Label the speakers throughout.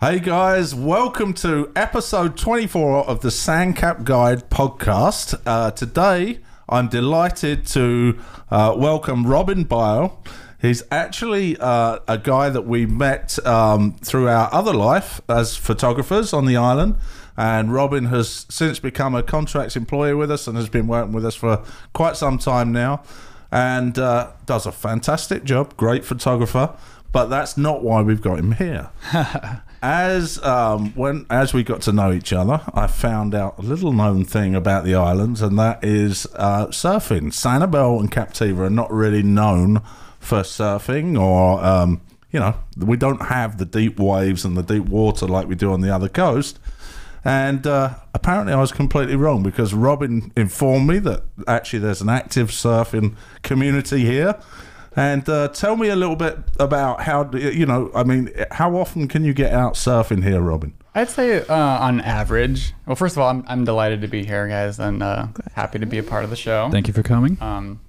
Speaker 1: Hey guys, welcome to episode 24 of the Sandcap Guide podcast. Uh, today, I'm delighted to uh, welcome Robin Bile. He's actually uh, a guy that we met um, through our other life as photographers on the island. And Robin has since become a contract employee with us and has been working with us for quite some time now and uh, does a fantastic job, great photographer. But that's not why we've got him here. as um, when as we got to know each other, I found out a little known thing about the islands, and that is uh, surfing. Sanibel and Captiva are not really known for surfing, or um, you know, we don't have the deep waves and the deep water like we do on the other coast. And uh, apparently, I was completely wrong because Robin informed me that actually there's an active surfing community here. And uh, tell me a little bit about how you know. I mean, how often can you get out surfing here, Robin?
Speaker 2: I'd say uh, on average. Well, first of all, I'm, I'm delighted to be here, guys, and uh, happy to be a part of the show.
Speaker 3: Thank you for coming.
Speaker 2: Um,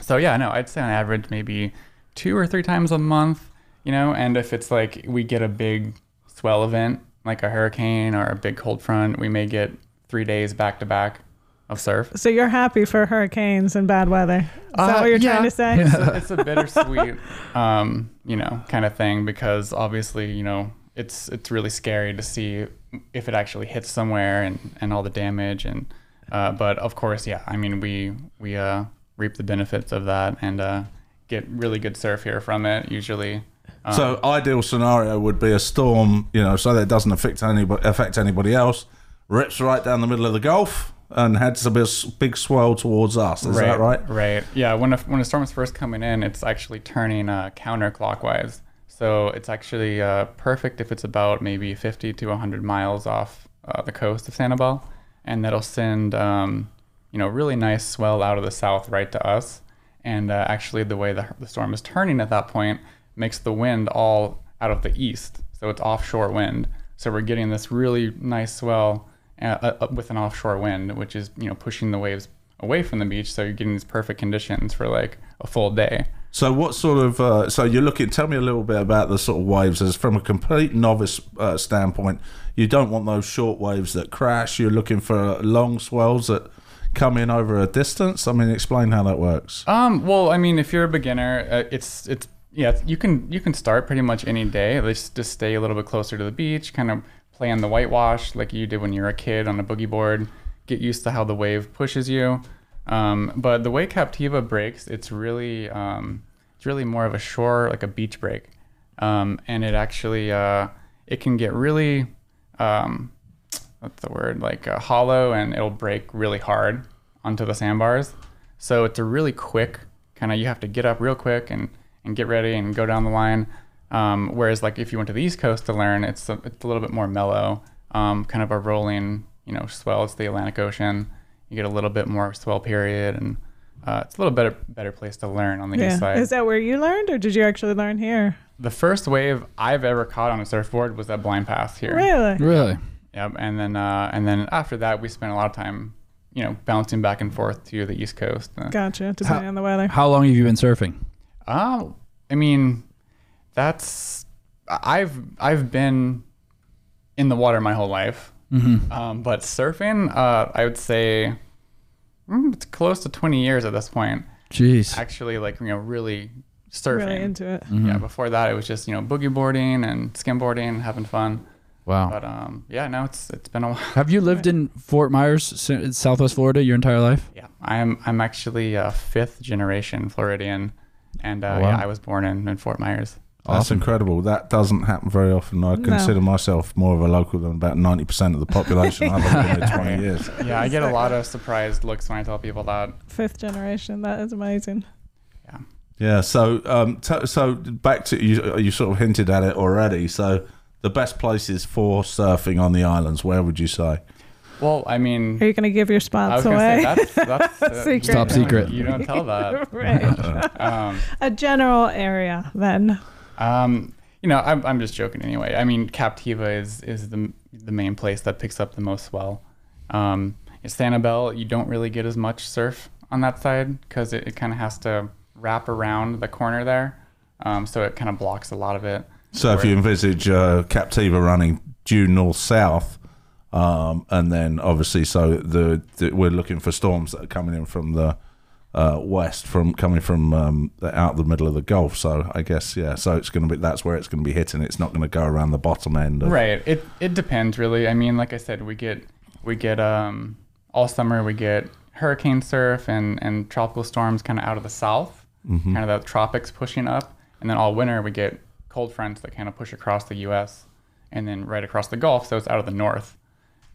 Speaker 2: so yeah, no, I'd say on average maybe two or three times a month, you know. And if it's like we get a big swell event, like a hurricane or a big cold front, we may get three days back to back of surf.
Speaker 4: So you're happy for hurricanes and bad weather. Is that
Speaker 2: Uh,
Speaker 4: what you're
Speaker 2: yeah.
Speaker 4: trying to say?
Speaker 2: it's, a, it's a bittersweet, um, you know, kind of thing because obviously, you know, it's it's really scary to see if it actually hits somewhere and, and all the damage and uh, but of course, yeah, I mean we we uh, reap the benefits of that and uh, get really good surf here from it usually. Um,
Speaker 1: so, ideal scenario would be a storm, you know, so that it doesn't affect anybody, affect anybody else. Rips right down the middle of the Gulf and heads a big, big swell towards us. Is that right?
Speaker 2: Right. Yeah. When a when a storm is first coming in, it's actually turning uh, counterclockwise. So it's actually uh, perfect if it's about maybe 50 to 100 miles off uh, the coast of Sanibel, and that'll send um, you know really nice swell out of the south right to us. And uh, actually, the way the, the storm is turning at that point makes the wind all out of the east, so it's offshore wind. So we're getting this really nice swell uh, uh, with an offshore wind, which is you know pushing the waves away from the beach. So you're getting these perfect conditions for like a full day.
Speaker 1: So, what sort of? Uh, so, you're looking. Tell me a little bit about the sort of waves. As from a complete novice uh, standpoint, you don't want those short waves that crash. You're looking for long swells that come in over a distance. I mean, explain how that works.
Speaker 2: Um, well, I mean, if you're a beginner, uh, it's it's yeah, it's- you can you can start pretty much any day. Just just stay a little bit closer to the beach, kind of play on the whitewash like you did when you were a kid on a boogie board. Get used to how the wave pushes you. Um, but the way Captiva breaks, it's really um, it's really more of a shore like a beach break, um, and it actually uh, it can get really um, what's the word like uh, hollow and it'll break really hard onto the sandbars so it's a really quick kind of you have to get up real quick and and get ready and go down the line um, whereas like if you went to the east coast to learn it's a, it's a little bit more mellow um, kind of a rolling you know swell it's the atlantic ocean you get a little bit more swell period and uh, it's a little better better place to learn on the east
Speaker 4: yeah.
Speaker 2: side
Speaker 4: Is that where you learned, or did you actually learn here?
Speaker 2: the first wave i've ever caught on a surfboard was at blind pass here
Speaker 4: Really?
Speaker 3: Really?
Speaker 2: Yep. And then uh, and then after that, we spent a lot of time, you know, bouncing back and forth to the East Coast. Uh,
Speaker 4: Gotcha. Depending on the weather.
Speaker 3: How long have you been surfing?
Speaker 2: Um, I mean, that's I've I've been in the water my whole life, um, but surfing, uh, I would say mm, it's close to 20 years at this point.
Speaker 3: Jeez.
Speaker 2: Actually, like you know, really surfing.
Speaker 4: Really into it.
Speaker 2: yeah. Before that, it was just you know boogie boarding and skimboarding, having fun.
Speaker 3: Wow.
Speaker 2: But um, yeah, no, it's it's been a while.
Speaker 3: Have you lived in Fort Myers, si- Southwest Florida, your entire life?
Speaker 2: Yeah, I'm I'm actually a fifth generation Floridian, and uh,
Speaker 3: Wow.
Speaker 2: yeah, I was born in, in Fort Myers.
Speaker 1: That's incredible. That doesn't happen very often. I consider myself more of a local than about ninety percent of the population. I've lived here twenty years.
Speaker 2: Yeah, I get a lot of surprised looks when I tell people that.
Speaker 4: Fifth generation. That is amazing.
Speaker 1: Yeah. So, um, t- so back to you. You sort of hinted at it already. So, the best places for surfing on the islands. Where would you say?
Speaker 2: Well, I mean,
Speaker 4: Are you going to give
Speaker 2: I
Speaker 4: your
Speaker 2: was
Speaker 4: spots
Speaker 2: gonna
Speaker 4: away?
Speaker 2: say that's that's
Speaker 4: Secret.
Speaker 3: Top secret.
Speaker 2: You don't tell that.
Speaker 4: right.
Speaker 2: Um,
Speaker 4: a general area then.
Speaker 2: um, you know, I'm, I'm just joking anyway. I mean, Captiva is is the the main place that picks up the most swell. Um, Sanibel, you don't really get as much surf on that side because it, it kind of has to wrap around the corner there, um, so it kind of blocks a lot of it.
Speaker 1: So if you envisage uh, Captiva running due north south, um, and then obviously, so the, the we're looking for storms that are coming in from the uh, west, from coming from um, the, out the middle of the Gulf. So I guess yeah. So it's going to be that's where it's going to be hitting. It's not going to go around the bottom end. Of,
Speaker 2: Right. It it depends really. I mean, like I said, we get we get um all summer we get hurricane surf and and tropical storms kind of out of the south, kind of the tropics pushing up, and then all winter we get cold fronts that kind of push across the U.S. and then right across the Gulf, so it's out of the north.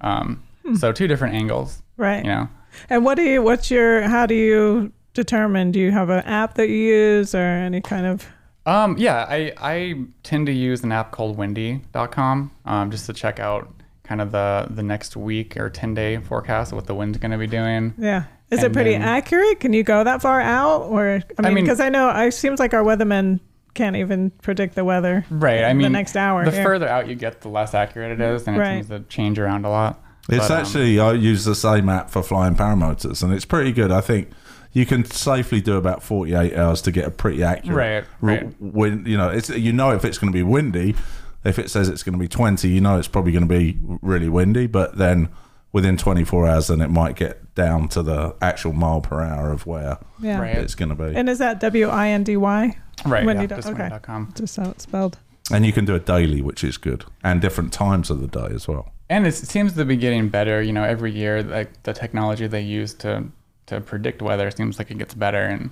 Speaker 2: Um, so two different angles,
Speaker 4: Right.
Speaker 2: you know.
Speaker 4: And what do you? What's your? How do you determine? Do you have an app that you use or any kind of?
Speaker 2: Um, yeah, I, I tend to use an app called windy.com um, just to check out kind of the, the next week or 10 day forecast, what the wind's going to be doing.
Speaker 4: Yeah. Is it
Speaker 2: And
Speaker 4: pretty
Speaker 2: then-
Speaker 4: accurate? Can you go that far out? Or I mean,
Speaker 2: mean-
Speaker 4: because I, know it seems like our weathermen can't even predict the weather.
Speaker 2: Right. I mean,
Speaker 4: the next hour.
Speaker 2: The
Speaker 4: yeah.
Speaker 2: further out you get, the less accurate it is, and it
Speaker 4: Right.
Speaker 2: tends to change around a lot.
Speaker 1: It's
Speaker 2: But, um,
Speaker 1: actually I use the same app for flying paramotors, and it's pretty good. I think you can safely do about forty-eight hours to get a pretty accurate.
Speaker 2: Right, right.
Speaker 1: r- Wind, you know, it's you know if it's going to be windy. If it says it's going to be twenty, you know it's probably going to be really windy. But then within twenty-four hours, then it might get down to the actual mile per hour of where
Speaker 4: Yeah.
Speaker 2: Right.
Speaker 1: it's going to be.
Speaker 4: And is that W I N D Y?
Speaker 2: um, right.
Speaker 4: Windy
Speaker 2: yeah,
Speaker 4: dot-
Speaker 2: just
Speaker 4: okay.
Speaker 2: windy.com.
Speaker 4: Just how it's spelled.
Speaker 1: And you can do a daily, which is good, and different times of the day as well.
Speaker 2: And it's, it seems to be getting better. You know, every year, like the technology they use to to predict weather seems like it gets better, and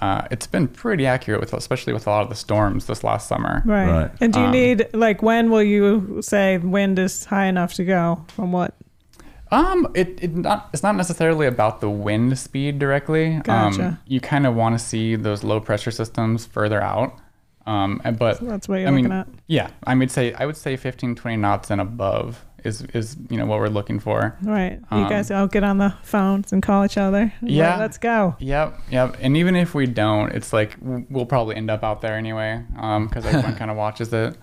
Speaker 2: uh, it's been pretty accurate with especially with a lot of the storms this last summer.
Speaker 4: Right.
Speaker 1: Right.
Speaker 4: And do you
Speaker 2: Um,
Speaker 4: need like when will you say wind is high enough to go from what?
Speaker 2: Um, it, it not it's not necessarily about the wind speed directly. Um,
Speaker 4: Gotcha.
Speaker 2: you kind of want to see those low pressure systems further out. Um, and- but
Speaker 4: That's what you're
Speaker 2: I mean,
Speaker 4: looking at.
Speaker 2: yeah, I would say I would say 15, 20 knots and above is is you know what we're looking for.
Speaker 4: Right. you
Speaker 2: um,
Speaker 4: guys all get on the phones and call each other. Like,
Speaker 2: Yeah.
Speaker 4: Let's go.
Speaker 2: Yep, yep. And even if we don't, it's like w- we'll probably end up out there anyway, because everyone kind of watches it.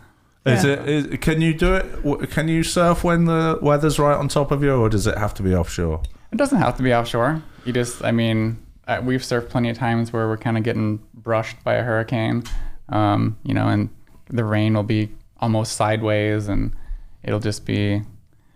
Speaker 1: Is
Speaker 4: Yeah.
Speaker 1: it? Is, can you do it? w- Can you surf when the weather's right on top of you, or does it have to be offshore?
Speaker 2: It doesn't have to be offshore. You just, I mean, uh, we've surfed plenty of times where we're kind of getting brushed by a hurricane, um, you know, and the rain will be almost sideways, and it'll just be,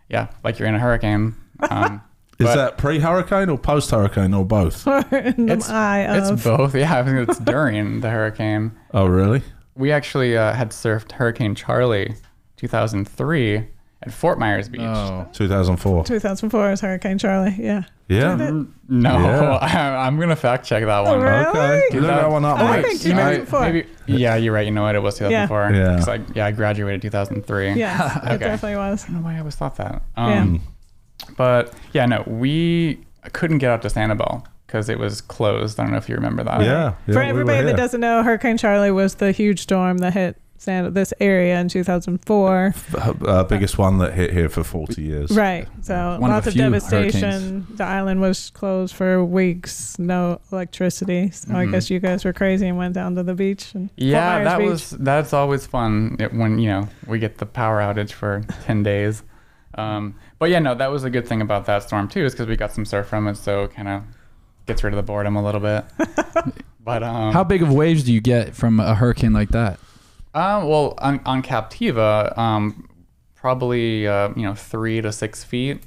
Speaker 2: yeah, like you're in a hurricane. Um,
Speaker 1: Is
Speaker 2: but-
Speaker 1: that pre hurricane or post hurricane or both?
Speaker 4: In the
Speaker 2: It's-
Speaker 4: eye of.
Speaker 2: It's both. Yeah, I think it's during the hurricane.
Speaker 1: oh, really?
Speaker 2: We actually uh, had surfed Hurricane Charlie 2003 at Fort Myers Beach.
Speaker 3: Oh.
Speaker 1: 2004.
Speaker 4: 2004 is Hurricane Charlie. Yeah.
Speaker 1: Yeah.
Speaker 2: N- No,
Speaker 1: Yeah.
Speaker 2: I, I'm going to fact check that
Speaker 4: Oh,
Speaker 2: one.
Speaker 4: really?
Speaker 1: Okay. Look that one up,
Speaker 4: I
Speaker 1: mate.
Speaker 4: think
Speaker 2: you know,
Speaker 4: 2004.
Speaker 2: maybe- yeah, you're right. You know what? It was 2004.
Speaker 1: Yeah.
Speaker 2: 'Cause I, yeah, I graduated 2003.
Speaker 4: Yes,
Speaker 2: Okay. Um,
Speaker 4: it definitely was.
Speaker 2: I don't know why I always thought that.
Speaker 4: Yeah.
Speaker 2: Um, But yeah, no, we couldn't get out to Sanibel because it was closed. I don't know if you remember that.
Speaker 1: Yeah. yeah, we
Speaker 4: For
Speaker 1: were
Speaker 4: everybody
Speaker 1: here.
Speaker 4: that doesn't know, Hurricane Charlie was the huge storm that hit San- this area in 2004.
Speaker 1: Uh, biggest one that hit here for 40 years.
Speaker 4: Right. So
Speaker 3: One of
Speaker 4: lots
Speaker 3: the
Speaker 4: of,
Speaker 3: few
Speaker 4: devastation.
Speaker 3: hurricanes.
Speaker 4: The island was closed for weeks, no electricity. So I
Speaker 3: Mm-hmm.
Speaker 2: Mhm.
Speaker 4: guess you guys were crazy and went down to the beach. And Fort
Speaker 2: Yeah,
Speaker 4: Myers
Speaker 2: that
Speaker 4: Beach.
Speaker 2: was that's always fun it- when you know we get the power outage for ten days. Um, but yeah, no, that was a good thing about that storm too, is because we got some surf from it, so kind of gets rid of the boredom a little bit. but um,
Speaker 3: How big of waves do you get from a hurricane like that?
Speaker 2: Um, well, on, on Captiva, um, probably uh, you know three to six feet.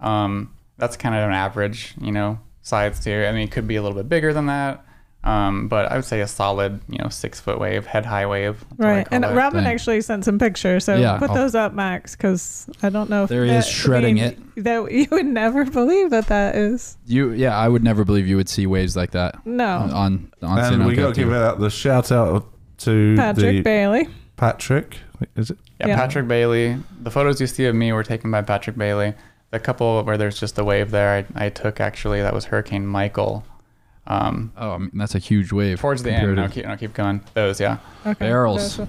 Speaker 2: Um, that's kind of an average, you know, size too. I mean, it could be a little bit bigger than that, um, but I would say a solid, you know, six foot wave, head high wave. that's what I
Speaker 4: Right.
Speaker 2: call
Speaker 4: And
Speaker 2: it.
Speaker 4: Robin
Speaker 3: Dang.
Speaker 4: actually sent some pictures. So
Speaker 3: Yeah, Oh.
Speaker 4: put
Speaker 3: I'll-
Speaker 4: those up, Max, because I don't know if
Speaker 3: There he is,
Speaker 4: that-
Speaker 3: shredding
Speaker 4: I mean, That you would never believe that that is.
Speaker 3: You, yeah, I would never believe you would see waves like that on
Speaker 4: No.
Speaker 3: on. on
Speaker 1: And
Speaker 3: San
Speaker 1: we got to
Speaker 3: Antonio.
Speaker 1: give out the shout out to
Speaker 4: Patrick
Speaker 1: the
Speaker 4: Bailey.
Speaker 1: Patrick. Is it?
Speaker 2: yeah,
Speaker 4: yeah.
Speaker 2: Patrick Bailey. The photos you see of me were taken by Patrick Bailey. The couple where there's just a wave there, I, I took actually. That was Hurricane Michael. Um,
Speaker 3: Oh, I mean, that's a huge wave.
Speaker 2: towards the
Speaker 3: compared
Speaker 2: end,
Speaker 3: to
Speaker 2: I'll keep, I'll keep going. Those, yeah.
Speaker 4: Okay.
Speaker 3: Barrels.
Speaker 4: Those-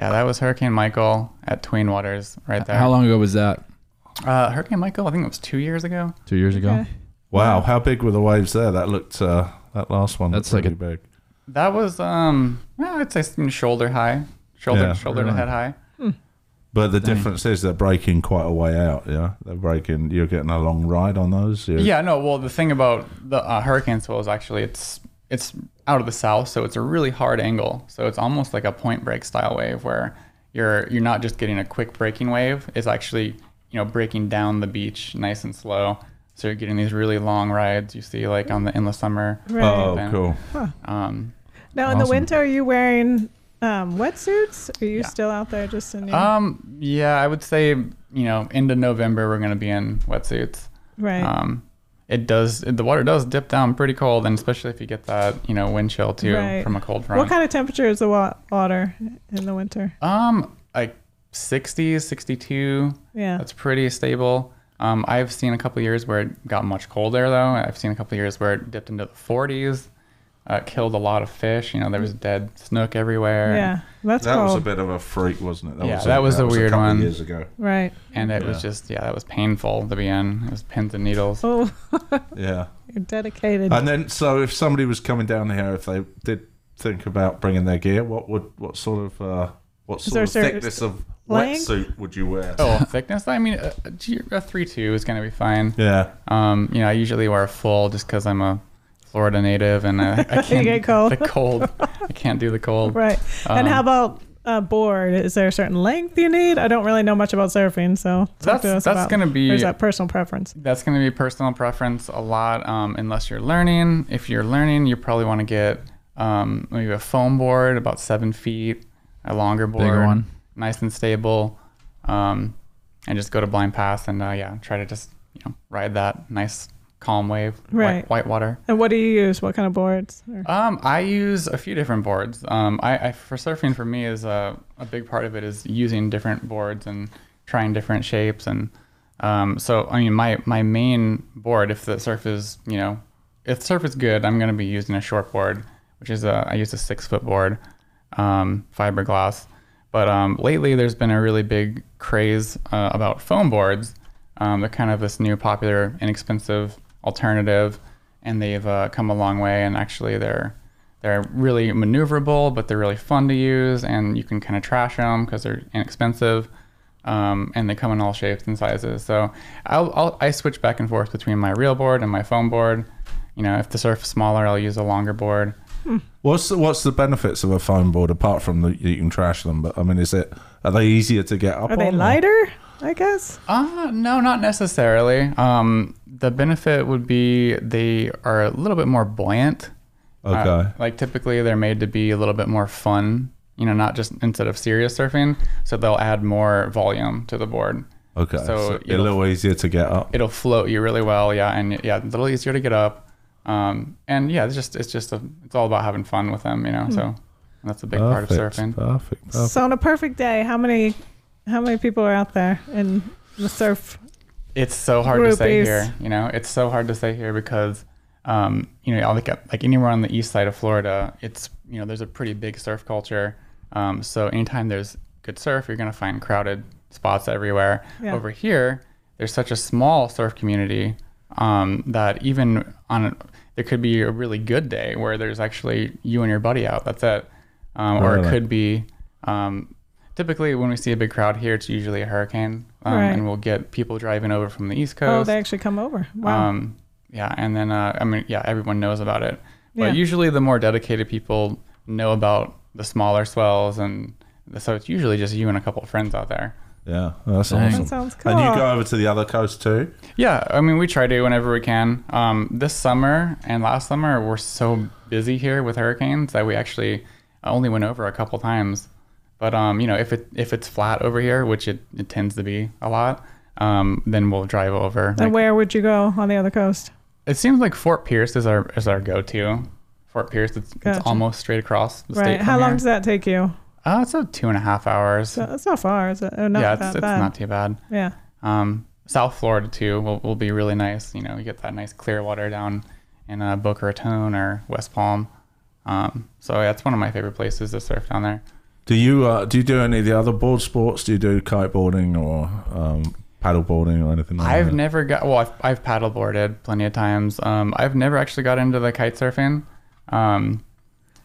Speaker 2: Yeah, that was Hurricane Michael at Tween Waters right there.
Speaker 3: How long ago was that?
Speaker 2: Uh, Hurricane Michael, I think it was two years ago.
Speaker 3: Two years ago.
Speaker 4: Okay.
Speaker 1: Wow. How big were the waves there? That looked, uh, that last one.
Speaker 3: That's
Speaker 1: looked
Speaker 3: like
Speaker 1: pretty big.
Speaker 2: That was, um, well, I'd say some shoulder high, shoulder
Speaker 1: Yeah,
Speaker 2: shoulder
Speaker 3: really.
Speaker 2: to head high.
Speaker 1: But the
Speaker 3: Dang.
Speaker 1: difference is they're breaking quite a way out. Yeah. They're breaking, you're getting a long ride on those. You're-
Speaker 2: Yeah, no. Well, the thing about the uh, Hurricane Swell is actually it's it's out of the south, so it's a really hard angle. So it's almost like a point break style wave where you're you're not just getting a quick breaking wave. It's actually you know breaking down the beach nice and slow. So you're getting these really long rides you see like on the endless summer.
Speaker 4: Right.
Speaker 1: Oh,
Speaker 2: Then,
Speaker 1: cool.
Speaker 2: Um,
Speaker 4: Now in the
Speaker 3: Awesome.
Speaker 4: winter, are you wearing um, wetsuits? Are you
Speaker 2: Yeah.
Speaker 4: still out there just in your
Speaker 2: um, yeah, I would say you know into November we're gonna be in wetsuits.
Speaker 4: right?
Speaker 2: Um, it does the water does dip down pretty cold, and especially if you get that you know wind chill too
Speaker 4: Right.
Speaker 2: from a cold front.
Speaker 4: what kind of temperature is the wa- water in the winter?
Speaker 2: Um, like 60, 62.
Speaker 4: Yeah.
Speaker 2: That's pretty stable. Um, I've seen a couple years where it got much colder though. I've seen a couple years where it dipped into the 40s. Uh, it killed a lot of fish. You know, there was dead snook everywhere.
Speaker 4: yeah, that's
Speaker 1: That was a
Speaker 4: cold.
Speaker 1: bit of a freak, wasn't it?
Speaker 2: Yeah, that was a weird
Speaker 1: couple of
Speaker 2: one.
Speaker 1: Years ago.
Speaker 4: right.
Speaker 2: And it was
Speaker 1: Yeah.
Speaker 2: just, yeah, that was painful to be in. It was pins and needles.
Speaker 4: Oh,
Speaker 1: Yeah.
Speaker 4: you're dedicated.
Speaker 1: And then, so if somebody was coming down here, if they did think about bringing their gear, what would what sort of uh, what
Speaker 4: there
Speaker 1: sort of
Speaker 4: a certain-
Speaker 1: thickness of
Speaker 4: length?
Speaker 1: wetsuit would you wear?
Speaker 2: Oh, thickness? I mean, a, a G- a 3-2 is going to be fine.
Speaker 1: Yeah.
Speaker 2: Um, you know, I usually wear a full just because I'm a Florida native and I, I can't
Speaker 4: get cold.
Speaker 2: the cold. I can't do the cold.
Speaker 4: right.
Speaker 2: Um,
Speaker 4: and how about a board? Is there a certain length you need? I don't really know much about surfing, so talk
Speaker 2: That's
Speaker 4: to us
Speaker 2: that's
Speaker 4: about-
Speaker 2: gonna
Speaker 4: or
Speaker 2: be
Speaker 4: is that personal preference?
Speaker 2: that's gonna be personal preference a lot. Um, unless you're learning, if you're learning, you probably want to get um, maybe a foam board about seven feet, a longer board,
Speaker 3: Bigger one.
Speaker 2: nice and stable, um, and just go to blind pass and uh, yeah, try to just you know ride that nice calm wave,
Speaker 4: Right.
Speaker 2: white, white water.
Speaker 4: And what do you use? What kind of boards? Or-
Speaker 2: Um, I use a few different boards. Um, I, I for surfing for me is a, a big part of it is using different boards and trying different shapes and um, so I mean my my main board if the surf is you know if the surf is good I'm gonna be using a short board which is a I use a six foot board um, fiberglass but um, lately there's been a really big craze uh, about foam boards um, they're kind of this new popular inexpensive alternative and they've uh, come a long way. And actually, they're they're really maneuverable, but they're really fun to use, and you can kind of trash them because they're inexpensive, um, and they come in all shapes and sizes. So I'll, I'll I switch back and forth between my real board and my foam board. You know, if the surf is smaller, I'll use a longer board.
Speaker 1: What's the, what's the benefits of a foam board apart from that you can trash them? But I mean, is it are they easier to get up?
Speaker 4: Are they
Speaker 1: on, or-
Speaker 4: lighter? I guess.
Speaker 2: Uh, no, not necessarily. Um, the benefit would be they are a little bit more buoyant.
Speaker 1: Okay.
Speaker 2: Uh, like typically they're made to be a little bit more fun, you know, not just instead of serious surfing. So they'll add more volume to the board.
Speaker 1: okay.
Speaker 2: so
Speaker 1: So, a
Speaker 2: you'll-
Speaker 1: little easier to get up.
Speaker 2: It'll float you really well, yeah, and yeah, a little easier to get up. Um, and yeah, it's just it's just a, it's all about having fun with them, you know. So that's a big part of
Speaker 1: Hmm. Perfect,
Speaker 2: surfing.
Speaker 1: Perfect.
Speaker 2: Uh,
Speaker 1: Perfect.
Speaker 4: So on a perfect day, how many how many people are out there in the surf?
Speaker 2: It's so hard to say
Speaker 4: Groupies.
Speaker 2: here, you know. It's so hard to say here because, um, you know, like like anywhere on the east side of Florida, it's you know there's a pretty big surf culture. Um, so anytime there's good surf, you're gonna find crowded spots everywhere.
Speaker 4: Yeah.
Speaker 2: Over here, there's such a small surf community um, that even on a, there could be a really good day where there's actually you and your buddy out. That's it. Um, Or it
Speaker 1: Really?
Speaker 2: could be. Um, typically, when we see a big crowd here, it's usually a hurricane, um,
Speaker 4: Right.
Speaker 2: and we'll get people driving over from the East
Speaker 4: Oh,
Speaker 2: Coast.
Speaker 4: they actually come over. Wow.
Speaker 2: Um, yeah, and then uh, I mean, yeah, everyone knows about it. But
Speaker 4: Yeah.
Speaker 2: usually, the more dedicated people know about the smaller swells, and so it's usually just you and a couple of friends out there.
Speaker 1: Yeah, that's
Speaker 3: Dang.
Speaker 1: awesome.
Speaker 4: that sounds cool.
Speaker 1: And you go over to the other coast too.
Speaker 2: Yeah, I mean, we try to whenever we can. Um, this summer and last summer, we're so busy here with hurricanes that we actually only went over a couple times. But um, you know, if it if it's flat over here, which it, it tends to be a lot, um, then we'll drive over.
Speaker 4: and
Speaker 2: Like,
Speaker 4: where would you go on the other coast?
Speaker 2: it seems like Fort Pierce is our is our go to. Fort Pierce, it's,
Speaker 4: Gotcha.
Speaker 2: it's almost straight across the
Speaker 4: Right.
Speaker 2: state.
Speaker 4: How
Speaker 2: from
Speaker 4: long
Speaker 2: here.
Speaker 4: does that take you?
Speaker 2: Uh, it's about two and a half hours.
Speaker 4: So it's not far, is it? Oh, not
Speaker 2: yeah,
Speaker 4: that
Speaker 2: it's, it's
Speaker 4: bad.
Speaker 2: not too bad.
Speaker 4: yeah.
Speaker 2: Um, South Florida too will, will be really nice. You know, you get that nice clear water down in uh, Boca Raton or West Palm. Um, so that's one of my favorite places to surf down there.
Speaker 1: Do you uh, do you do any of the other board sports? Do you do kiteboarding or um, paddleboarding or anything like
Speaker 2: I've
Speaker 1: that?
Speaker 2: never got well. I've, I've paddleboarded plenty of times. Um, I've never actually got into the kite surfing. Um,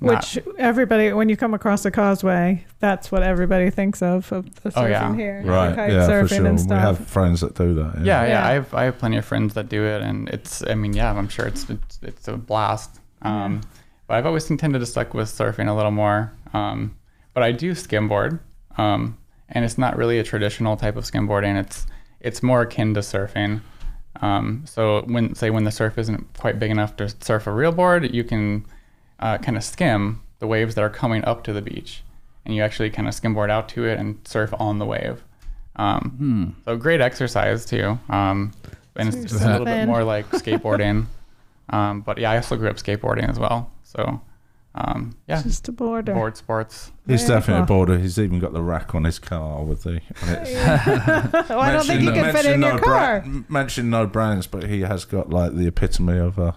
Speaker 2: not-
Speaker 4: Which everybody, when you come across a causeway, that's what everybody thinks of of the surfing
Speaker 2: Oh, yeah.
Speaker 4: here,
Speaker 1: Right,
Speaker 4: kite
Speaker 1: yeah,
Speaker 4: surfing
Speaker 1: for sure.
Speaker 4: and
Speaker 1: We
Speaker 4: stuff.
Speaker 1: have friends that do that.
Speaker 2: yeah, yeah,
Speaker 4: Yeah.
Speaker 2: I've I have plenty of friends that do it, and it's I mean, yeah, I'm sure it's it's, it's a blast. Um, But I've always intended to stick with surfing a little more. Um, but I do skimboard. Um, and it's not really a traditional type of skimboarding. It's it's more akin to surfing. Um, so when say when the surf isn't quite big enough to surf a real board, you can uh, kind of skim the waves that are coming up to the beach, and you actually kind of skimboard out to it and surf on the wave. Um,
Speaker 3: Hmm.
Speaker 2: So great exercise too, um, and it's, it's a little bit
Speaker 4: surfing.
Speaker 2: more like skateboarding. um, but yeah, I also grew up skateboarding as well. So um, yeah,
Speaker 4: Just a border.
Speaker 2: board sports.
Speaker 1: He's
Speaker 4: Very
Speaker 1: definitely a
Speaker 4: cool.
Speaker 1: boarder. He's even got the rack on his car with the. And it's,
Speaker 4: Well, Oh, I don't think you
Speaker 1: mention-
Speaker 4: can fit
Speaker 1: mention
Speaker 4: in your
Speaker 1: no
Speaker 4: car.
Speaker 1: bra- m- mention no brands, but he has got like the epitome of a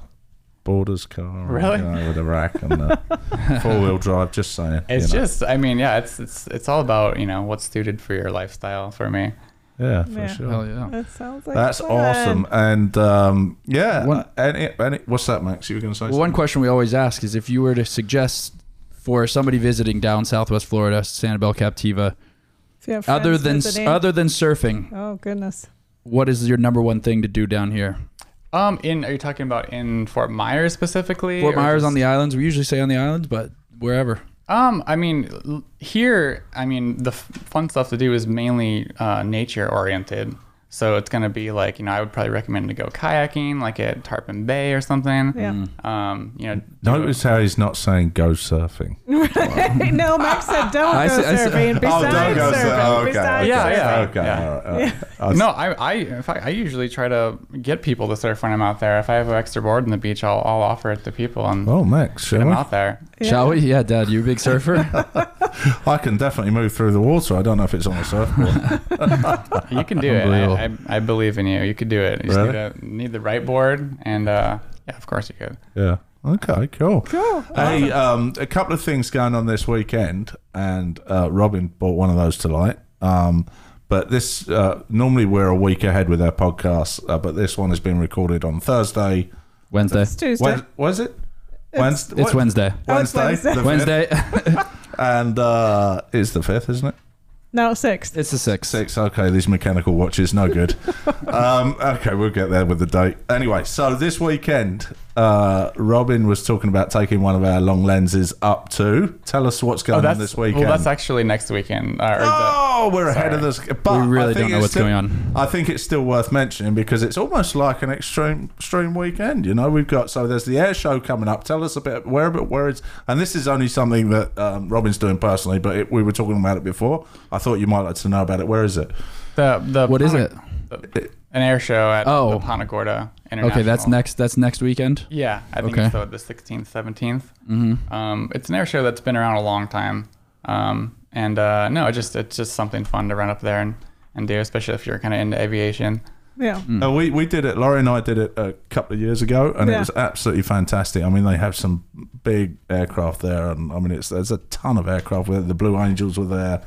Speaker 1: boarder's car.
Speaker 2: Really?
Speaker 1: you know, with a rack and a four wheel drive. Just saying.
Speaker 2: It's
Speaker 1: you know.
Speaker 2: just, I mean, yeah, it's it's it's all about you know what's suited for your lifestyle. For me,
Speaker 1: yeah, for
Speaker 4: Yeah.
Speaker 1: sure.
Speaker 3: Hell yeah.
Speaker 4: That sounds like
Speaker 1: That's
Speaker 4: fun.
Speaker 1: awesome. And um, yeah,
Speaker 3: One-
Speaker 1: any, any, what's that, Max? You were going to say
Speaker 3: Well, one question we always ask is if you were to suggest for somebody visiting down Southwest Florida, Sanibel Captiva,
Speaker 4: If you have
Speaker 3: other
Speaker 4: friends
Speaker 3: than
Speaker 4: visiting-
Speaker 3: other than surfing,
Speaker 4: Oh goodness.
Speaker 3: what is your number one thing to do down here?
Speaker 2: um, in are you talking about in Fort Myers specifically?
Speaker 3: Fort
Speaker 2: or
Speaker 3: Myers on
Speaker 2: just-
Speaker 3: the islands. We usually say on the islands, but wherever.
Speaker 2: Um, I mean, l- here, I mean, the f- fun stuff to do is mainly uh, nature oriented. So it's gonna be like you know, I would probably recommend to go kayaking, like at Tarpon Bay or something.
Speaker 4: Yeah.
Speaker 1: Mm.
Speaker 2: Um, you know,
Speaker 1: Notice how he's not saying go surfing.
Speaker 4: no, Max said don't
Speaker 3: I
Speaker 4: go
Speaker 3: said- I said-
Speaker 1: Oh,
Speaker 4: surfing. Besides surfing. Besides
Speaker 2: Yeah,
Speaker 4: surfing.
Speaker 2: yeah.
Speaker 1: Okay,
Speaker 2: yeah.
Speaker 1: all right, all right. I was-
Speaker 2: No, I, I, in fact, I usually try to get people to surf when I'm out there. If I have an extra board in the beach, I'll, I'll offer it to people and
Speaker 1: Oh, Max, shall
Speaker 2: get them
Speaker 1: we?
Speaker 2: out there.
Speaker 3: Shall we? Yeah, Dad, you a big surfer?
Speaker 1: I can definitely move through the water. I don't know if it's on a surfboard.
Speaker 2: You can do it. I, I, I believe in you. You could do it. You just
Speaker 1: Really?
Speaker 2: need, a, need the right board, and uh, yeah, of course you could.
Speaker 1: yeah. Okay, cool.
Speaker 4: Cool.
Speaker 1: Hey, um, a couple of things going on this weekend, and uh, Robin brought one of those to light. Um, but this uh, normally we're a week ahead with our podcasts, uh, but this one has been recorded on Thursday.
Speaker 3: Wednesday.
Speaker 4: It's Tuesday.
Speaker 1: When, was it? Wednesday.
Speaker 3: It's Wednesday.
Speaker 4: Oh, it's
Speaker 1: Wednesday.
Speaker 4: Wednesday.
Speaker 1: the fifth.
Speaker 3: Wednesday.
Speaker 1: and uh, it's the fifth, isn't it?
Speaker 4: no, six.
Speaker 3: it's the sixth.
Speaker 1: Six. Okay, these mechanical watches, no good. um, okay, we'll get there with the date. Anyway, so this weekend, uh, Robin was talking about taking one of our long lenses up to. Tell us what's going on this weekend.
Speaker 2: well, Oh, that's actually next weekend. Uh, or the-
Speaker 1: Oh, we're ahead of this. But
Speaker 3: We really
Speaker 1: I think
Speaker 3: don't know
Speaker 1: it's
Speaker 3: what's
Speaker 1: still-
Speaker 3: going on.
Speaker 1: I think it's still worth mentioning because it's almost like an extreme extreme weekend. You know, we've got so there's the air show coming up. Tell us a bit where but where it's and this is only something that um, Robin's doing personally, but it, we were talking about it before. I thought you might like to know about it. Where is it?
Speaker 2: the, the
Speaker 3: What is
Speaker 2: Pana-
Speaker 3: it?
Speaker 2: the- an air show at
Speaker 3: Oh.
Speaker 2: the Punta Gorda International.
Speaker 3: Okay, that's next. That's next weekend.
Speaker 2: Yeah, I think
Speaker 3: Okay.
Speaker 2: it's the, the 16th, 17th. Mm-hmm. Um, it's an air show that's been around a long time. Um, and uh, no, it just it's just something fun to run up there and, and do, especially if you're kind of into aviation.
Speaker 4: Yeah.
Speaker 3: Hmm.
Speaker 1: Uh, we we did it. Laurie and I did it a couple of years ago, and it
Speaker 4: Yeah.
Speaker 1: was absolutely fantastic. I mean, they have some big aircraft there, and I mean, it's there's a ton of aircraft. Where the Blue Angels were there,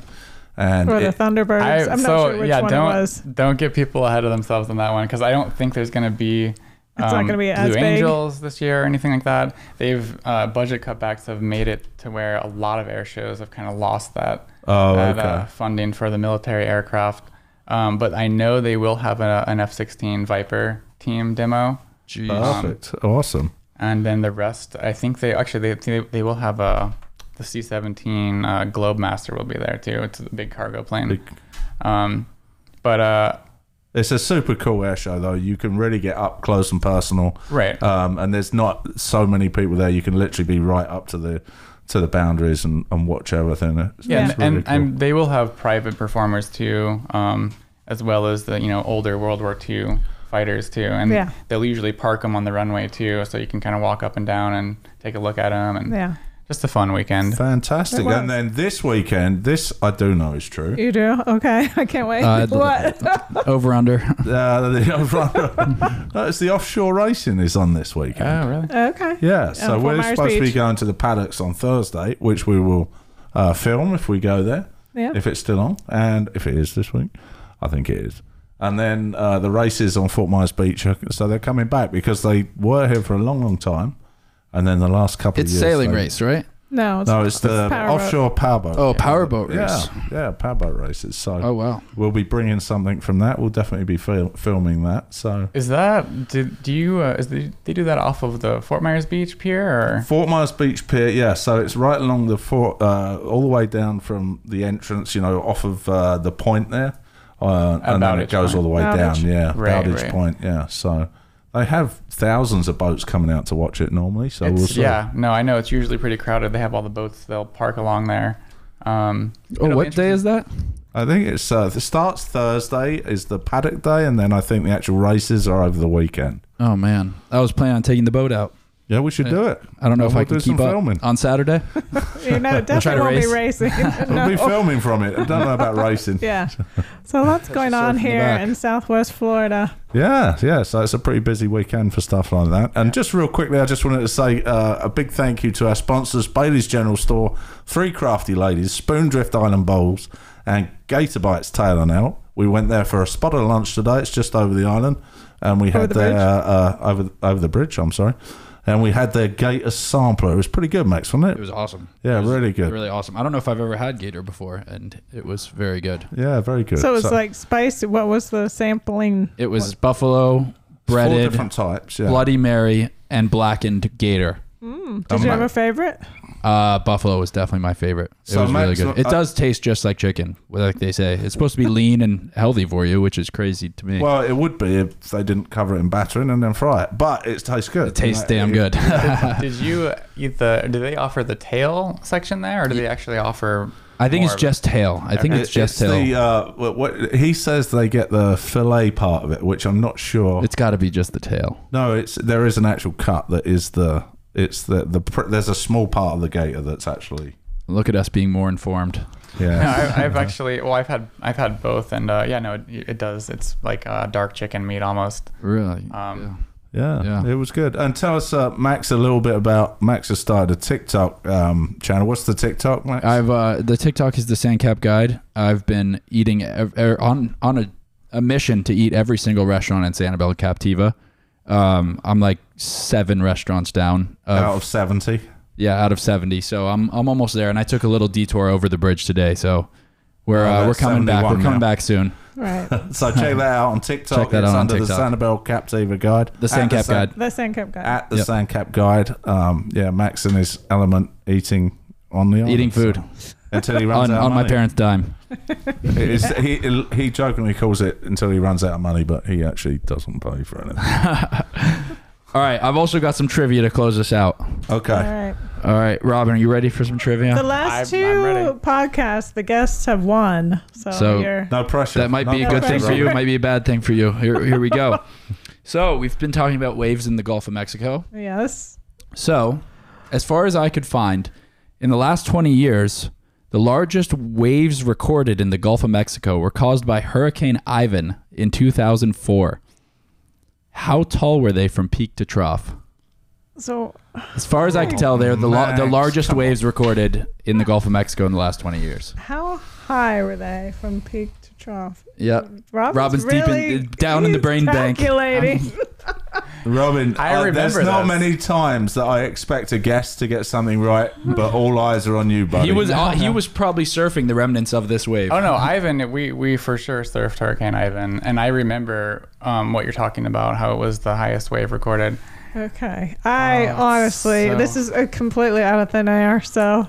Speaker 1: and
Speaker 4: Or the
Speaker 1: it-
Speaker 4: Thunderbirds. I, am not
Speaker 2: so
Speaker 4: sure which
Speaker 2: yeah,
Speaker 4: one
Speaker 2: don't
Speaker 4: it was.
Speaker 2: don't get people ahead of themselves on that one because I don't think there's going to be. um,
Speaker 4: It's not gonna be as
Speaker 2: Blue
Speaker 4: big.
Speaker 2: Angels this year or anything like that. They've uh, budget cutbacks have made it to where a lot of air shows have kind of lost that,
Speaker 1: Oh,
Speaker 2: that
Speaker 1: okay.
Speaker 2: uh, funding for the military aircraft. Um, but I know they will have a, an F-16 Viper team demo,
Speaker 3: Jeez.
Speaker 1: perfect, awesome.
Speaker 2: and then the rest. I think they actually they they, they will have a the C-17 uh, Globemaster will be there too. It's a big cargo plane.
Speaker 1: Big-
Speaker 2: Um, but uh,
Speaker 1: It's a super cool air show, though. You can really get up close and personal,
Speaker 2: Right.
Speaker 1: Um, and there's not so many people there. You can literally be right up to the to the boundaries and, and watch everything. It's-
Speaker 2: yeah,
Speaker 1: it's
Speaker 2: and, and,
Speaker 1: really cool.
Speaker 2: and they will have private performers too, um, as well as the you know older World War II fighters too, and
Speaker 4: Yeah.
Speaker 2: they'll usually park them on the runway too, so you can kind of walk up and down and take a look at them, and
Speaker 4: Yeah.
Speaker 2: just a fun weekend.
Speaker 1: fantastic.
Speaker 4: It was.
Speaker 1: And then this weekend, this I do know is true.
Speaker 4: You do? Okay. I can't wait.
Speaker 3: Uh,
Speaker 4: what?
Speaker 3: Over under.
Speaker 1: Uh, the, no, it's the offshore racing is on this weekend.
Speaker 2: Oh, really?
Speaker 4: okay.
Speaker 1: Yeah, so
Speaker 4: Fort
Speaker 1: we're
Speaker 4: Myers
Speaker 1: supposed to be
Speaker 4: Beach.
Speaker 1: going to the paddocks on Thursday, which we will uh, film if we go there,
Speaker 4: Yeah.
Speaker 1: if it's still on, and if it is this week, I think it is. And then uh, the races on Fort Myers Beach, are- so they're coming back because they were here for a long, long time, and then the last couple
Speaker 3: It's
Speaker 1: of years
Speaker 3: sailing
Speaker 1: they-
Speaker 3: race, right?
Speaker 4: No, it's
Speaker 1: No, it's the
Speaker 4: power boat.
Speaker 1: offshore powerboat.
Speaker 3: Oh, powerboat race.
Speaker 1: Yeah, yeah, powerboat races. So
Speaker 3: Oh wow.
Speaker 1: we'll be bringing something from that. We'll definitely be fil- filming that. So
Speaker 2: Is that do, do you uh, is the, they do that off of the Fort Myers Beach pier or
Speaker 1: Fort Myers Beach Pier, yeah. So it's right along the fort, uh, all the way down from the entrance, you know, off of uh, the point there, uh, and then it
Speaker 2: Bowditch
Speaker 1: goes all the way
Speaker 4: Bowditch.
Speaker 1: down, yeah,
Speaker 2: Right,
Speaker 1: Bowditch
Speaker 2: right.
Speaker 1: Point, yeah. So they have thousands of boats coming out to watch it normally. So we'll
Speaker 2: It's-
Speaker 1: see.
Speaker 2: yeah no I know it's usually pretty crowded they have all the boats they'll park along there. Um,
Speaker 3: Oh, what day is that?
Speaker 1: I think it's uh, it starts Thursday is the paddock day, and then I think the actual races are over the weekend.
Speaker 3: Oh man, I was planning on taking the boat out.
Speaker 1: Yeah, we should
Speaker 3: Yeah.
Speaker 1: do it.
Speaker 3: I don't know if
Speaker 1: We'll
Speaker 3: I can
Speaker 1: do some
Speaker 3: keep up
Speaker 1: filming.
Speaker 3: on Saturday.
Speaker 4: You know, it definitely won't be racing.
Speaker 1: We'll be
Speaker 4: No.
Speaker 1: filming from it. I don't know about racing.
Speaker 4: Yeah. So lots going
Speaker 1: yourself in
Speaker 4: on
Speaker 1: the
Speaker 4: here
Speaker 1: back.
Speaker 4: in Southwest Florida.
Speaker 1: Yeah, yeah. So it's a pretty busy weekend for stuff like that. And just real quickly, I just wanted to say uh, a big thank you to our sponsors: Bailey's General Store, Three Crafty Ladies, Spoondrift Island Bowls, and Gator Bites Tail and Out. We went there for a spot of lunch today. It's just over the island, and we had
Speaker 4: the
Speaker 1: their
Speaker 4: bridge?
Speaker 1: uh, over over the bridge. I'm sorry, and we had their Gator sampler. It was pretty good, Max, wasn't
Speaker 3: It
Speaker 1: it?
Speaker 3: was awesome.
Speaker 1: Yeah,
Speaker 3: It was
Speaker 1: really good.
Speaker 3: Really awesome. I don't know if I've ever had gator before, and it was very good.
Speaker 1: Yeah, very good.
Speaker 4: So it was like spicy. What was the sampling?
Speaker 3: It was buffalo
Speaker 1: four
Speaker 3: breaded,
Speaker 1: different types. Yeah,
Speaker 3: bloody mary, and blackened gator.
Speaker 4: Did you
Speaker 1: my-
Speaker 4: have a favorite?
Speaker 3: Uh, buffalo was definitely my favorite. It
Speaker 1: So
Speaker 3: was
Speaker 1: my-
Speaker 3: really
Speaker 1: so uh,
Speaker 3: good. It
Speaker 1: I-
Speaker 3: does taste just like chicken, like they say. It's supposed to be lean and healthy for you, which is crazy to me.
Speaker 1: Well, it would be if they didn't cover it in battering and then fry it, but it tastes good.
Speaker 3: it tastes
Speaker 1: Like,
Speaker 3: damn
Speaker 1: it-
Speaker 3: good.
Speaker 2: did, did you eat the? Do they offer the tail section there, or do they actually offer?
Speaker 3: I think
Speaker 2: more
Speaker 3: it's
Speaker 2: of it?
Speaker 3: just tail. I think
Speaker 1: it-
Speaker 3: it's just tail.
Speaker 1: the, uh, what, what he says they get the fillet part of it, which I'm not sure.
Speaker 3: it's got to be just the tail.
Speaker 1: no, it's there is an actual cut that is the it's the the pr- there's a small part of the gator that's actually
Speaker 3: Look at us being more informed.
Speaker 2: No,
Speaker 1: yeah.
Speaker 2: I, I've actually well, I've had I've had both, and uh, yeah, no, it, it does. It's like uh, dark chicken meat almost.
Speaker 3: Really?
Speaker 2: Um,
Speaker 1: yeah,
Speaker 3: Yeah.
Speaker 1: it was good. And tell us, uh, Max, a little bit about Max has started a TikTok um, channel. What's the TikTok, Max?
Speaker 3: I've uh, the TikTok is the Sandcap Guide. I've been eating ev- er, on on a, a mission to eat every single restaurant in Sanibel Captiva. Um, I'm like seven restaurants down. Of,
Speaker 1: out of seventy.
Speaker 3: yeah, out of seventy. So I'm I'm almost there. And I took a little detour over the bridge today. So we're
Speaker 1: Oh,
Speaker 3: uh, we're
Speaker 1: that's
Speaker 3: coming back. We're
Speaker 1: 71
Speaker 3: coming
Speaker 1: now.
Speaker 3: back soon.
Speaker 4: Right.
Speaker 1: So check that out on TikTok.
Speaker 3: Check that
Speaker 1: it's
Speaker 3: out on
Speaker 1: under the
Speaker 3: TikTok.
Speaker 1: Sanibel Captiva Guide.
Speaker 3: The
Speaker 1: At
Speaker 3: Sandcap
Speaker 1: San-
Speaker 3: Guide.
Speaker 4: The Sandcap guy.
Speaker 1: at the
Speaker 3: Yep.
Speaker 1: Sandcap Guide. Um, yeah, Max and his element eating on the island.
Speaker 3: Eating food
Speaker 1: until he runs
Speaker 3: on,
Speaker 1: out
Speaker 3: on
Speaker 1: of
Speaker 3: my
Speaker 1: money.
Speaker 3: parents' dime.
Speaker 1: It is- he he jokingly calls it until he runs out of money, but he actually doesn't pay for anything.
Speaker 3: All right. I've also got some trivia to close us out.
Speaker 4: All
Speaker 1: Okay,
Speaker 4: right.
Speaker 3: All right, Robin, are you ready for some trivia?
Speaker 4: The last
Speaker 2: I'm-
Speaker 4: 2
Speaker 2: I'm ready.
Speaker 4: podcasts, the guests have won. So,
Speaker 3: So-
Speaker 4: you're
Speaker 1: no pressure.
Speaker 3: That might
Speaker 1: No
Speaker 3: be a good
Speaker 1: pressure,
Speaker 3: thing for you.
Speaker 1: Robin.
Speaker 3: It might be a bad thing for you. Here, here we go. So we've been talking about waves in the Gulf of Mexico.
Speaker 4: yes.
Speaker 3: So, as far as I could find, in the last 20 years, the largest waves recorded in the Gulf of Mexico were caused by Hurricane Ivan in 2004. How tall were they from peak to trough?
Speaker 4: So
Speaker 3: As far as I can tell, they're the, la- the
Speaker 1: Max,
Speaker 3: largest waves recorded in the Gulf of Mexico in the last 20 years.
Speaker 4: how high were they from peak to trough?
Speaker 3: Yep.
Speaker 4: Robin's,
Speaker 3: Robin's deep in- uh,
Speaker 4: really-
Speaker 3: down in the
Speaker 4: he's
Speaker 3: brain bank.
Speaker 4: calculating.
Speaker 1: Robin.
Speaker 2: I
Speaker 1: uh, there's
Speaker 2: remember
Speaker 1: not
Speaker 2: this.
Speaker 1: many times that I expect a guest to get something right, but all eyes are on you, buddy.
Speaker 3: He was uh, he was probably surfing the remnants of this wave.
Speaker 4: Uh,
Speaker 2: Oh no, Ivan, we we for sure surfed Hurricane Ivan, and I remember um, what you're talking about, how it was the highest wave recorded.
Speaker 4: Okay. I
Speaker 2: Oh,
Speaker 4: honestly,
Speaker 2: so-
Speaker 4: this is uh, completely out of thin air. So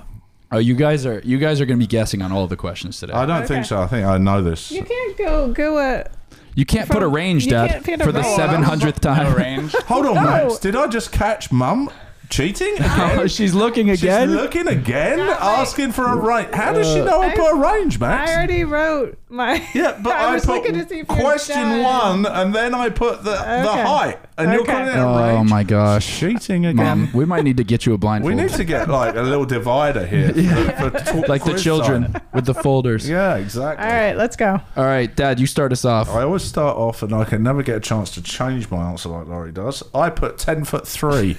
Speaker 3: Oh, you guys are you guys are going to be guessing on all the questions today.
Speaker 1: I don't
Speaker 4: Okay.
Speaker 1: think so. I think I know this.
Speaker 4: you can't go go at.
Speaker 3: you can't put a
Speaker 4: From-
Speaker 3: range,
Speaker 4: you
Speaker 3: Dad,
Speaker 4: can't fit a
Speaker 3: for the
Speaker 4: range.
Speaker 3: seven hundredth
Speaker 2: No
Speaker 3: time.
Speaker 2: range.
Speaker 1: Hold on,
Speaker 4: No.
Speaker 1: Max. Did I just catch Mum cheating again?
Speaker 3: Oh, She's looking again.
Speaker 1: She's looking again, asking for a range. How does she know I,
Speaker 4: I-
Speaker 1: put a range, Max?
Speaker 4: uh, I already wrote my.
Speaker 1: yeah, but I,
Speaker 4: was
Speaker 1: put
Speaker 4: looking to see if you were
Speaker 1: question
Speaker 4: done.
Speaker 1: one, and then I put the the
Speaker 4: Okay.
Speaker 1: height, and you're
Speaker 4: Okay.
Speaker 1: calling it a
Speaker 3: oh
Speaker 1: range.
Speaker 3: my gosh,
Speaker 1: Cheating again.
Speaker 3: Mom, we might need to get you a blindfold,
Speaker 1: we need to get like a little divider here, for, for t-
Speaker 3: like the
Speaker 1: quiz
Speaker 3: children
Speaker 1: time.
Speaker 3: with the folders.
Speaker 1: Yeah, exactly.
Speaker 4: All right, let's go.
Speaker 3: All right, Dad, you start us off.
Speaker 1: I always start off, and I can never get a chance to change my answer like Laurie does. I put ten foot three.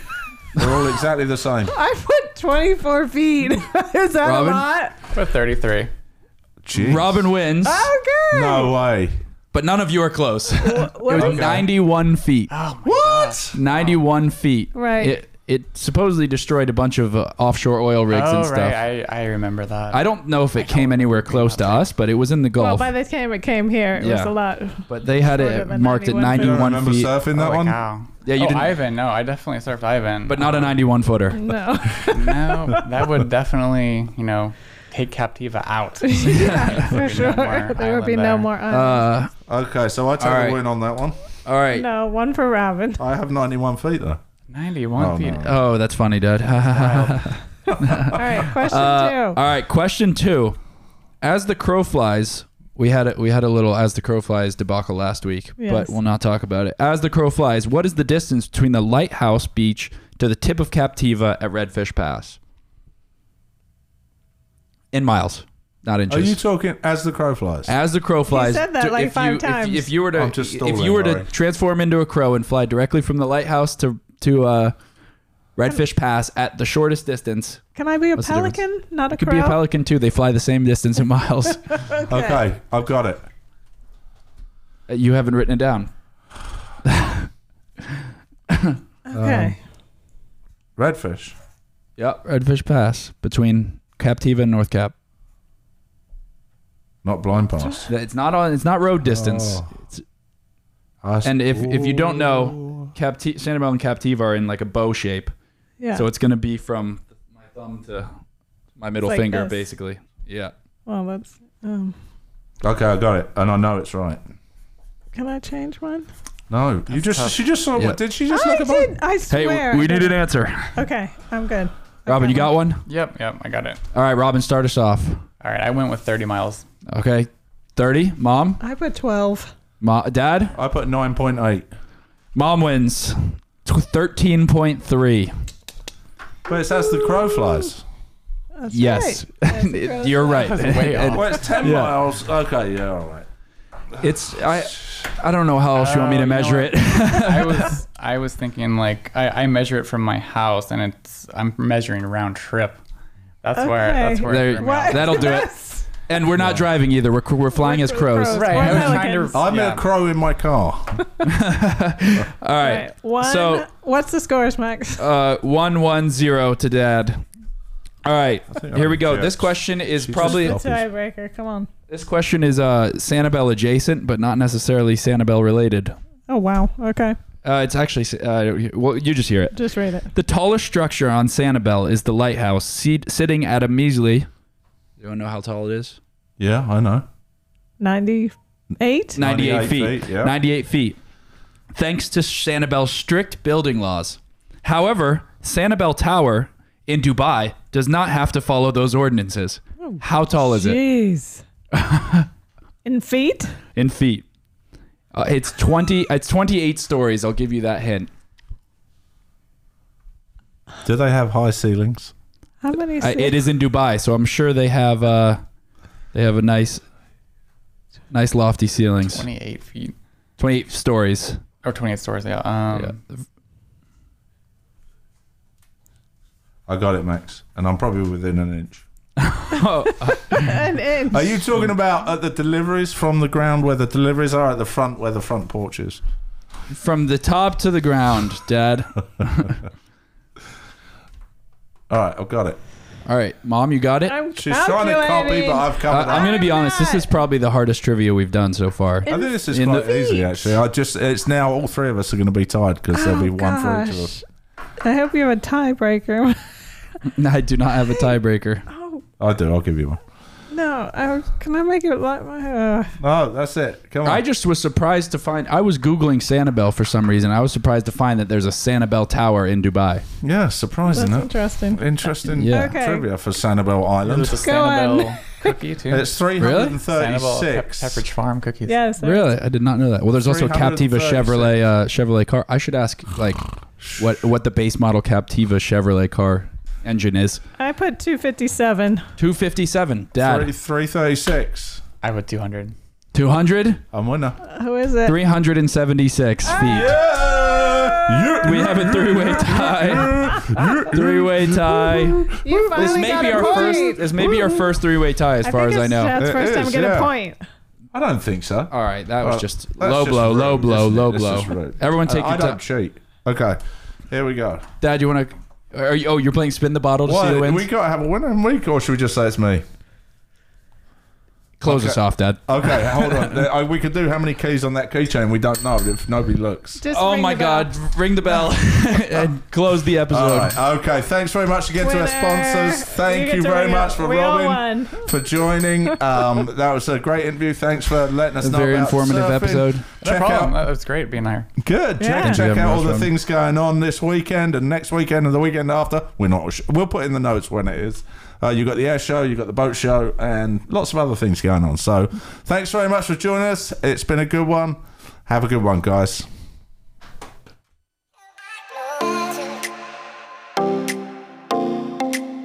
Speaker 1: They're all exactly the same.
Speaker 4: I put 24 feet. is that
Speaker 3: Robin?
Speaker 4: a lot?
Speaker 2: But 33.
Speaker 1: Jeez.
Speaker 3: Robin wins,
Speaker 4: Okay.
Speaker 1: no way.
Speaker 3: but none of you are close. it was
Speaker 4: Ah! What?
Speaker 1: Okay.
Speaker 3: ninety-one feet.
Speaker 1: What?
Speaker 3: Ninety-one feet.
Speaker 4: Right.
Speaker 3: It, it supposedly destroyed a bunch of uh, offshore oil rigs
Speaker 2: oh,
Speaker 3: and stuff.
Speaker 2: right. I, I remember that.
Speaker 3: I don't know if it came anywhere close to us, but it was in the
Speaker 4: Well,
Speaker 3: Gulf.
Speaker 4: by the time it came here, it was
Speaker 3: Yeah.
Speaker 4: a lot.
Speaker 3: but they had
Speaker 4: Shorter
Speaker 3: it
Speaker 4: than
Speaker 3: marked at
Speaker 4: 91 feet.
Speaker 1: You don't
Speaker 3: 91
Speaker 1: remember
Speaker 3: feet,
Speaker 1: surfing that
Speaker 2: oh,
Speaker 1: one?
Speaker 2: Wow.
Speaker 3: Yeah, you
Speaker 2: oh,
Speaker 3: didn't-
Speaker 2: Ivan. No, I definitely surfed Ivan.
Speaker 3: but not a 91 footer.
Speaker 4: No.
Speaker 2: no, that would definitely, you know, take Captiva out.
Speaker 4: yeah, for
Speaker 2: be no
Speaker 4: sure.
Speaker 2: more
Speaker 4: there would
Speaker 2: island
Speaker 4: be no
Speaker 2: there.
Speaker 4: more island.
Speaker 3: Uh,
Speaker 1: Okay, so I take
Speaker 3: All right.
Speaker 1: a win on that one.
Speaker 3: all right.
Speaker 4: no, one for Robin.
Speaker 1: I have 91 feet though.
Speaker 2: 91
Speaker 1: Oh,
Speaker 2: feet.
Speaker 1: no.
Speaker 3: Oh, that's funny, Dad.
Speaker 4: All right, question
Speaker 3: Uh,
Speaker 4: two.
Speaker 3: all right, question two. As the crow flies, we had a, we had a little as the crow flies debacle last week,
Speaker 4: Yes.
Speaker 3: but we'll not talk about it. As the crow flies, what is the distance between the lighthouse beach to the tip of Captiva at Redfish Pass? In miles, not
Speaker 1: Are
Speaker 3: inches.
Speaker 1: you talking as the crow flies?
Speaker 3: as the crow flies,
Speaker 4: said that
Speaker 3: to-
Speaker 4: like
Speaker 3: if
Speaker 4: five
Speaker 3: you, if-
Speaker 4: times.
Speaker 3: If, you were to,
Speaker 1: I'm just
Speaker 3: if you
Speaker 1: stalling,
Speaker 3: were to
Speaker 1: Laurie.
Speaker 3: transform into a crow and fly directly from the lighthouse to to uh, Redfish Pass at the shortest distance,
Speaker 4: Can I be a
Speaker 3: what's the difference?
Speaker 4: pelican, not a
Speaker 3: it could
Speaker 4: crow?
Speaker 3: be a pelican too. They fly the same distance in miles.
Speaker 1: okay. I've got it.
Speaker 3: Uh, You haven't written it down. um,
Speaker 4: Okay.
Speaker 1: Redfish.
Speaker 3: Yep. Redfish Pass between Captiva and North Cap.
Speaker 1: Not blind pass.
Speaker 3: It's not on. It's not road distance.
Speaker 1: Oh.
Speaker 3: It's-
Speaker 1: I s-
Speaker 3: And if- if you don't know- Capti- Sanibel and Captiva are in like a bow shape,
Speaker 4: yeah.
Speaker 3: so it's gonna be from my thumb to my middle
Speaker 4: Like
Speaker 3: finger,
Speaker 4: this.
Speaker 3: basically. Yeah.
Speaker 4: well, that's. Um,
Speaker 1: Okay, I got it, and I know it's right.
Speaker 4: can I change one?
Speaker 1: No, you just
Speaker 2: tough.
Speaker 1: she just saw
Speaker 3: Yeah.
Speaker 1: what did she just
Speaker 4: I
Speaker 1: look at? mine?
Speaker 4: did. I swear. I did.
Speaker 3: answer.
Speaker 4: Okay, I'm good.
Speaker 3: Robin, you got one.
Speaker 2: Yep, yep, I got it.
Speaker 3: All right, Robin, start us off.
Speaker 2: All right, I went with 30 miles.
Speaker 3: Okay. Thirty. Mom.
Speaker 4: I put 12.
Speaker 3: Ma- Dad.
Speaker 1: I put nine point eight,
Speaker 3: Mom wins. Thirteen point three.
Speaker 1: but it's as the crow flies.
Speaker 4: That's
Speaker 3: Yes,
Speaker 4: right. As the crow
Speaker 3: you're right.
Speaker 2: That's way off.
Speaker 1: Well, it's ten
Speaker 3: Yeah.
Speaker 1: miles. Okay, yeah, all right.
Speaker 3: It's I. I don't know how else you want me
Speaker 2: Uh,
Speaker 3: to
Speaker 2: you know
Speaker 3: measure
Speaker 2: what?
Speaker 3: it.
Speaker 2: I was I was thinking like I, I measure it from my house and it's I'm measuring round trip. That's where
Speaker 4: Okay.
Speaker 2: that's where
Speaker 3: There-
Speaker 2: it threw me off.
Speaker 4: What?
Speaker 3: That'll do it.
Speaker 4: Yes.
Speaker 3: And we're not driving either. We're, we're flying as crows.
Speaker 4: crows.
Speaker 2: Right,
Speaker 4: We're
Speaker 2: I was trying
Speaker 4: pelicans.
Speaker 2: to-
Speaker 1: I'm
Speaker 2: Yeah.
Speaker 1: in a crow in my car.
Speaker 3: All
Speaker 4: All
Speaker 3: right.
Speaker 4: right. One.
Speaker 3: So-
Speaker 4: what's the scores, Max?
Speaker 3: Uh, one one zero to dad. All right.
Speaker 1: think
Speaker 3: Here
Speaker 1: I'm
Speaker 3: we go.
Speaker 1: jacked.
Speaker 3: This question is
Speaker 1: Jesus
Speaker 3: probably
Speaker 1: Christ.
Speaker 4: Tiebreaker. Come on.
Speaker 3: this question is uh Sanibel adjacent, but not necessarily Sanibel related.
Speaker 4: Oh wow. Okay.
Speaker 3: Uh, it's actually uh, well, you just hear it.
Speaker 4: Just read it.
Speaker 3: The tallest structure on Sanibel is the lighthouse, seat, sitting at a measly. You don't know how tall it is?
Speaker 1: Yeah, I know.
Speaker 4: 98.
Speaker 3: 98,
Speaker 1: 98
Speaker 3: feet.
Speaker 1: feet, yeah.
Speaker 3: 98 feet. Thanks to Sanibel's strict building laws. However, Sanibel Tower in Dubai does not have to follow those ordinances. How tall is it
Speaker 4: Jeez. In feet?
Speaker 3: in feet? Uh, it's 20 it's 28 stories, I'll give you that hint.
Speaker 1: Do they have high ceilings?
Speaker 4: How many?
Speaker 3: Uh,
Speaker 4: Feet?
Speaker 3: it is in Dubai, so I'm sure they have uh they have a nice nice lofty ceilings.
Speaker 2: 28 feet
Speaker 3: 28 stories.
Speaker 2: or 28 stories. Yeah. Um,
Speaker 3: Yeah.
Speaker 1: I got it, Max, and I'm probably within an inch.
Speaker 3: Oh,
Speaker 4: An inch.
Speaker 1: Are you talking about at the deliveries from the ground where the deliveries are at the front where the front porch is?
Speaker 3: From the top to the ground, Dad.
Speaker 1: All right, I've got it.
Speaker 3: All right, Mom, you got it.
Speaker 4: I'm
Speaker 1: She's trying to copy,
Speaker 4: calculating.
Speaker 1: but I've
Speaker 3: Uh,
Speaker 1: covered
Speaker 3: I'm
Speaker 1: up.
Speaker 3: going to be
Speaker 4: I'm
Speaker 3: honest. This
Speaker 4: not.
Speaker 3: is probably the hardest trivia we've done so far.
Speaker 1: I think this is
Speaker 3: in the-
Speaker 1: quite easy, actually. I just it's now all three of us are going to be tied because there'll be
Speaker 4: Oh,
Speaker 1: one for each of us.
Speaker 4: I hope you have a tiebreaker.
Speaker 3: I do not have a tiebreaker.
Speaker 4: Oh
Speaker 1: I do. I'll give you one.
Speaker 4: no! I, can I make it like my? Uh,
Speaker 1: No, Oh, that's it. Come on.
Speaker 3: I just was surprised to find. I was googling Sanibel for some reason. I was surprised to find that there's a Sanibel Tower in Dubai.
Speaker 1: yeah, surprising.
Speaker 4: that's
Speaker 1: That's
Speaker 4: interesting.
Speaker 1: Interesting
Speaker 3: Yeah.
Speaker 4: Okay.
Speaker 1: trivia for Sanibel Island.
Speaker 2: There's a
Speaker 4: Go on.
Speaker 2: Sanibel cookie too.
Speaker 1: It's
Speaker 2: Sanibel Pep-
Speaker 1: 336.
Speaker 2: Pepperidge Farm cookies.
Speaker 4: Yes. that's-
Speaker 3: Really, I did not know that. Well, there's also a Captiva
Speaker 1: 336.
Speaker 3: Chevrolet uh, Chevrolet car. I should ask like what what the base model Captiva Chevrolet car engine is.
Speaker 4: I put 257.
Speaker 3: 257.
Speaker 1: Three-
Speaker 3: Dad.
Speaker 1: 336.
Speaker 2: I would 200.
Speaker 3: 200.
Speaker 1: I'm winner.
Speaker 4: Who is it?
Speaker 3: 376 feet.
Speaker 1: Yeah.
Speaker 3: We have a three-way tie. Three-way tie.
Speaker 4: You finally
Speaker 3: This may
Speaker 4: got
Speaker 3: be
Speaker 4: a
Speaker 3: our
Speaker 4: point.
Speaker 3: first. This may be our first three-way tie, as
Speaker 4: I
Speaker 3: far as
Speaker 4: think
Speaker 3: I
Speaker 4: it's-
Speaker 3: know.
Speaker 4: That's the
Speaker 1: It
Speaker 4: first time
Speaker 1: is,
Speaker 4: I get
Speaker 1: yeah.
Speaker 4: a point.
Speaker 1: I don't think so.
Speaker 3: All right, that
Speaker 1: Uh,
Speaker 3: was just
Speaker 1: that's
Speaker 3: low
Speaker 1: just
Speaker 3: blow, low
Speaker 1: rude,
Speaker 3: blow,
Speaker 1: isn't it?
Speaker 3: low
Speaker 1: This
Speaker 3: blow.
Speaker 1: is rude.
Speaker 3: Everyone take
Speaker 1: I
Speaker 3: your
Speaker 1: don't
Speaker 3: time.
Speaker 1: cheat. Okay. Here we go.
Speaker 3: Dad, you want to? Are you? Oh, you're playing spin the bottle to see who
Speaker 1: Well,
Speaker 3: wins.
Speaker 1: we got to have a winner and week, or should we just say it's me?
Speaker 3: Close
Speaker 1: Okay.
Speaker 3: us off, Dad.
Speaker 1: Okay, hold on. There- I- we could do how many keys on that keychain. We don't know if nobody looks.
Speaker 4: Just
Speaker 3: oh
Speaker 4: ring
Speaker 3: my
Speaker 4: the bell.
Speaker 3: God! Ring the bell and close the episode.
Speaker 1: All right. Okay. Thanks very much again to our
Speaker 4: Winner.
Speaker 1: sponsors. Thank
Speaker 4: get
Speaker 1: you
Speaker 4: to
Speaker 1: very
Speaker 4: ring
Speaker 1: much
Speaker 4: it.
Speaker 1: for
Speaker 4: we
Speaker 1: Robin.
Speaker 4: All won.
Speaker 1: for joining. Um, that was a great interview. Thanks for letting us
Speaker 3: A
Speaker 1: know.
Speaker 3: very
Speaker 1: about
Speaker 3: informative
Speaker 1: surfing.
Speaker 3: episode.
Speaker 2: No
Speaker 1: Check
Speaker 2: problem.
Speaker 1: out
Speaker 2: That was great being here.
Speaker 1: good.
Speaker 4: Yeah.
Speaker 1: Check,
Speaker 4: Thank
Speaker 3: you
Speaker 1: check
Speaker 3: very
Speaker 1: out all
Speaker 3: much,
Speaker 1: the
Speaker 3: Ron.
Speaker 1: things going on this weekend and next weekend and the weekend after. We're not. sh- We'll put in the notes when it is. Uh, you got the air show, you got the boat show, and lots of other things going on. So, thanks very much for joining us. It's been a good one. Have a good one, guys.
Speaker 5: Thank